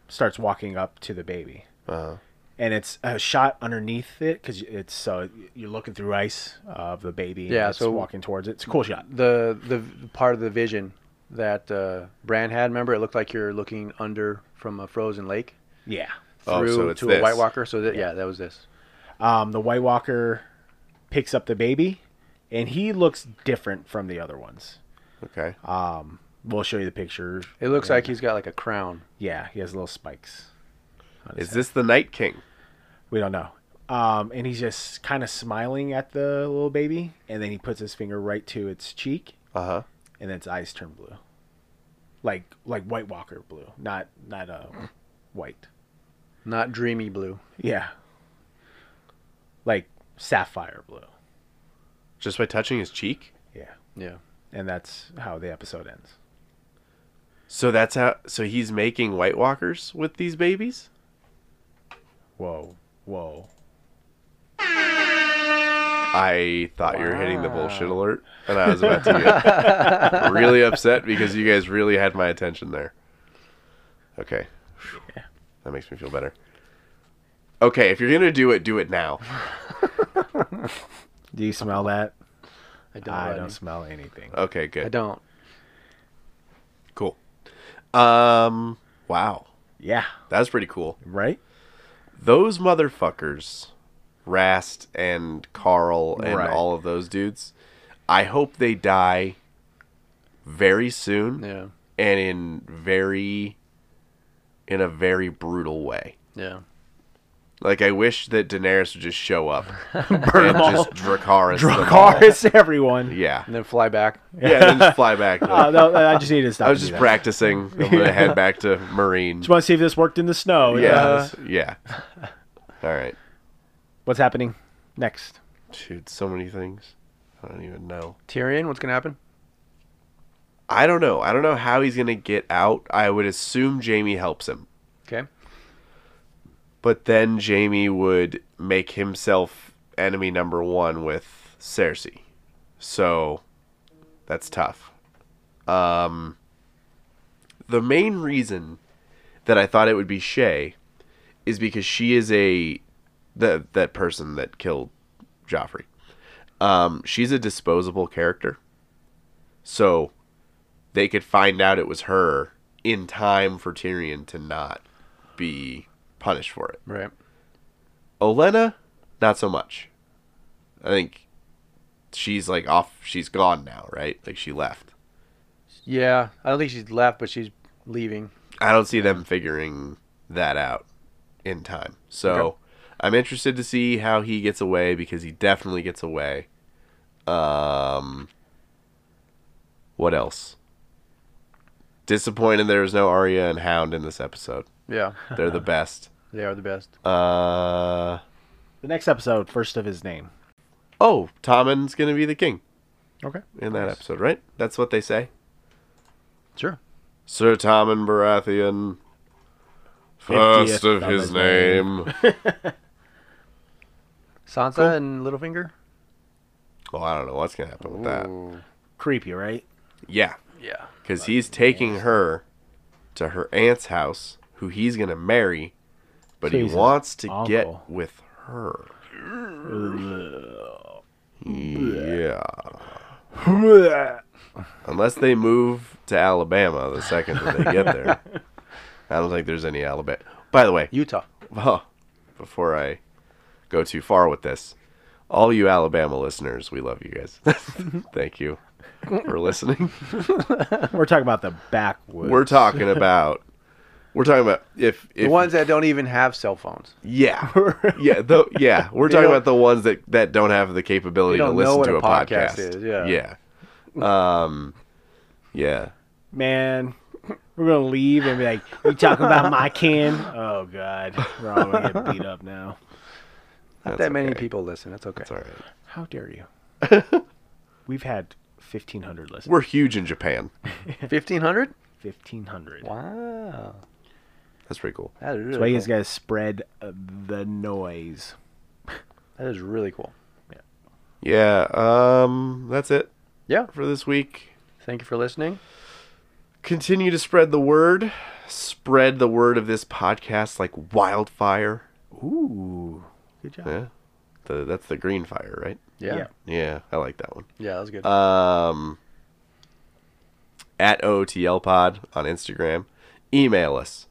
S4: starts walking up to the baby,
S2: Uh-huh.
S3: Uh,
S4: and it's a shot underneath it because it's so you're looking through ice of the baby. and
S2: Yeah,
S4: it's
S2: so-
S4: walking towards it. It's a cool shot.
S2: The, the the part of the vision that uh, Bran had. Remember, it looked like you're looking under from a frozen lake
S4: Yeah.
S3: Oh,
S2: through
S3: so it's
S2: to a
S3: this.
S2: White Walker. So that, yeah, that was this.
S4: Um, the White Walker picks up the baby, and he looks different from the other ones.
S3: okay.
S4: We'll show you the picture.
S2: It looks like he's got like a crown.
S4: Yeah, he has little spikes.
S3: is this the Night King?
S4: We don't know. Um, and he's just kind of smiling at the little baby, and then he puts his finger right to its cheek,
S3: Uh huh.
S4: and its eyes turn blue, like like White Walker blue, not not uh, white.
S2: Not dreamy blue.
S4: Yeah, like sapphire blue.
S3: Just by touching his cheek.
S4: Yeah,
S2: Yeah.
S4: and that's how the episode ends.
S3: So that's how. So he's making White Walkers with these babies.
S4: Whoa, whoa.
S3: I thought you were hitting the bullshit alert, and I was about to get really upset because you guys really had my attention there. Okay, that makes me feel better. Okay, if you're gonna do it, do it now.
S4: Do you smell that?
S2: I don't.
S4: I
S2: Rodney.
S4: don't smell anything.
S3: Okay, good.
S2: I don't.
S3: Cool. Um. Wow,
S4: Yeah,
S3: that was pretty cool.
S4: right.
S3: Those motherfuckers, Rast and Carl and
S4: Right.
S3: all of those dudes. I hope they die very soon.
S2: Yeah.
S3: and in very in a very brutal way.
S2: Yeah.
S3: Like I wish that Daenerys would just show up and just Dracarys. them all.
S4: Cars, everyone.
S3: Yeah.
S2: And then fly back.
S3: Yeah, and then just fly back.
S4: Uh, no, I just need to stop.
S3: I was
S4: and
S3: just
S4: do that.
S3: practicing. I'm gonna head back to Marine.
S4: Just want to see if this worked in the snow. It
S3: Yeah.
S4: does.
S3: Yeah. All right.
S4: What's happening next?
S3: Dude, so many things. I don't even know.
S2: Tyrion, what's gonna happen?
S3: I don't know. I don't know how he's gonna get out. I would assume Jamie helps him.
S2: Okay.
S3: But then Jamie would make himself enemy number one with Cersei. So that's tough. Um, the main reason that I thought it would be Shay is because she is a that that person that killed Joffrey. Um, she's a disposable character. So they could find out it was her in time for Tyrion to not be punished for it.
S2: Right.
S3: Olena, not so much. I think she's like off. She's gone now, right? Like she left.
S2: Yeah. I don't think she's left, but she's leaving.
S3: I don't see them figuring that out in time. So I'm interested to see how he gets away because he definitely gets away. Um, what else? Disappointed there's no Arya and Hound in this episode.
S2: Yeah,
S3: They're the best.
S2: they are the best.
S3: Uh,
S4: The next episode, first of his name.
S3: oh, Tommen's gonna be the king
S4: Okay.
S3: in that episode, right? That's what they say.
S2: Sure.
S3: Sir Tommen Baratheon, first
S4: Fiftieth
S3: of
S4: of
S3: his
S4: his name.
S3: name.
S2: Sansa and Littlefinger.
S3: well, I don't know what's gonna happen with that.
S4: Creepy, right?
S3: Yeah,
S2: Yeah.
S3: because he's taking her to her aunt's house, who he's gonna marry, but
S4: Jesus,
S3: he wants to
S4: uncle.
S3: get with her. Yeah. Unless they move to Alabama the second that they get there. I don't think there's any Alabama. By the way,
S2: Utah.
S3: oh, before I go too far with this, all you Alabama listeners, we love you guys. Thank you for listening.
S4: We're talking about the backwoods.
S3: We're talking about we're talking about if if
S2: The ones that don't even have cell phones.
S3: yeah yeah the, yeah we're talking
S2: don't-
S3: about the ones that that don't have the capability
S2: They
S3: to
S2: don't know
S3: listen
S2: what
S3: to
S2: a
S3: a, podcast.
S2: podcast is, yeah.
S3: yeah um yeah
S4: Man, we're going to leave and be like, you talking about my kin? Oh, God. We're all going to get beat up now.
S2: Not
S3: That's
S2: that many
S3: okay.
S2: people listen. That's okay.
S3: it's all right.
S4: How dare you? We've had 1,500 listeners.
S3: We're huge in Japan.
S2: Fifteen hundred.
S4: 1,500.
S2: Wow.
S3: That's pretty cool.
S2: That is
S4: That's why
S2: really
S4: you
S2: cool.
S4: guys got to spread uh, the noise.
S2: that is really cool.
S3: Yeah, um that's it
S2: Yeah.
S3: for this week.
S2: Thank you for listening.
S3: Continue to spread the word. Spread the word of this podcast like wildfire.
S4: Ooh. Good job.
S3: Yeah. The, that's the green fire, right?
S2: Yeah. Yeah,
S4: Yeah.
S3: Yeah, I like that one.
S2: that was good.
S3: um, at OOTL pod on Instagram. Email us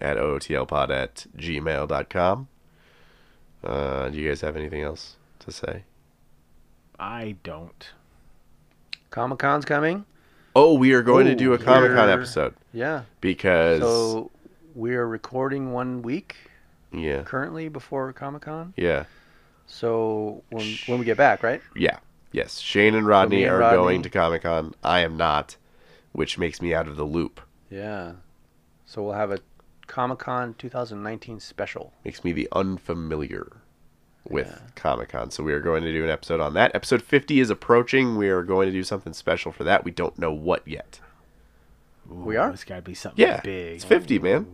S3: at OOTLpod at gmail.com. Uh, do you guys have anything else to say?
S4: I don't.
S2: Comic Con's coming.
S3: Oh, we are going to do a
S2: Ooh,
S3: Comic Con
S2: we're-
S3: episode
S2: Yeah.
S3: because.
S2: So we are recording one week
S3: yeah.
S2: currently before Comic Con.
S3: Yeah.
S2: So when when we get back, right?
S3: Yeah. Yes. Shane and Rodney
S2: me and
S3: are
S2: Rodney-
S3: going to Comic Con. I am not, which makes me out of the loop.
S2: Yeah. So we'll have a Comic Con 2019 special.
S3: makes me the unfamiliar with Comic Con. So we are going to do an episode on that. Episode 50 is approaching. We are going to do something special for that. We don't know what yet.
S2: We are?
S4: It's got to be something
S3: Yeah.
S4: big.
S3: It's 50, man.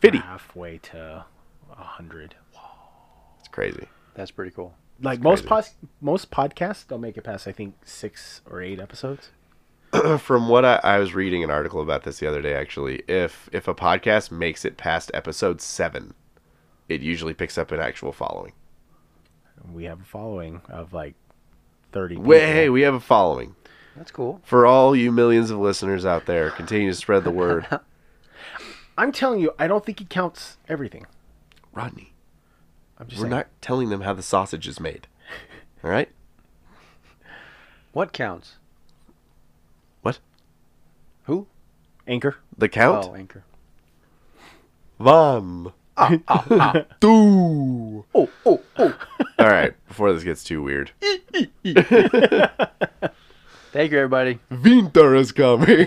S3: 50.
S4: halfway to 100.
S3: It's crazy.
S2: That's pretty cool.
S4: Like most pos- most podcasts don't make it past I think 6 or 8 episodes.
S3: From what I, I was reading an article about this the other day, actually, if if a podcast makes it past episode seven, it usually picks up an actual following.
S4: We have a following of like 30 people.
S3: Wait, hey, we have a following.
S2: That's cool.
S3: For all you millions of listeners out there, continue to spread the word.
S4: I'm telling you, I don't think it counts everything.
S3: Rodney,
S4: I'm just
S3: we're
S4: saying.
S3: not telling them how the sausage is made. All right?
S2: What counts?
S3: What?
S2: Who?
S4: Anchor.
S3: The count?
S2: Oh, Anchor.
S3: Vom. Do.
S2: Oh, oh, oh.
S3: All right, before this gets too weird.
S2: Thank you, everybody.
S3: Winter is coming.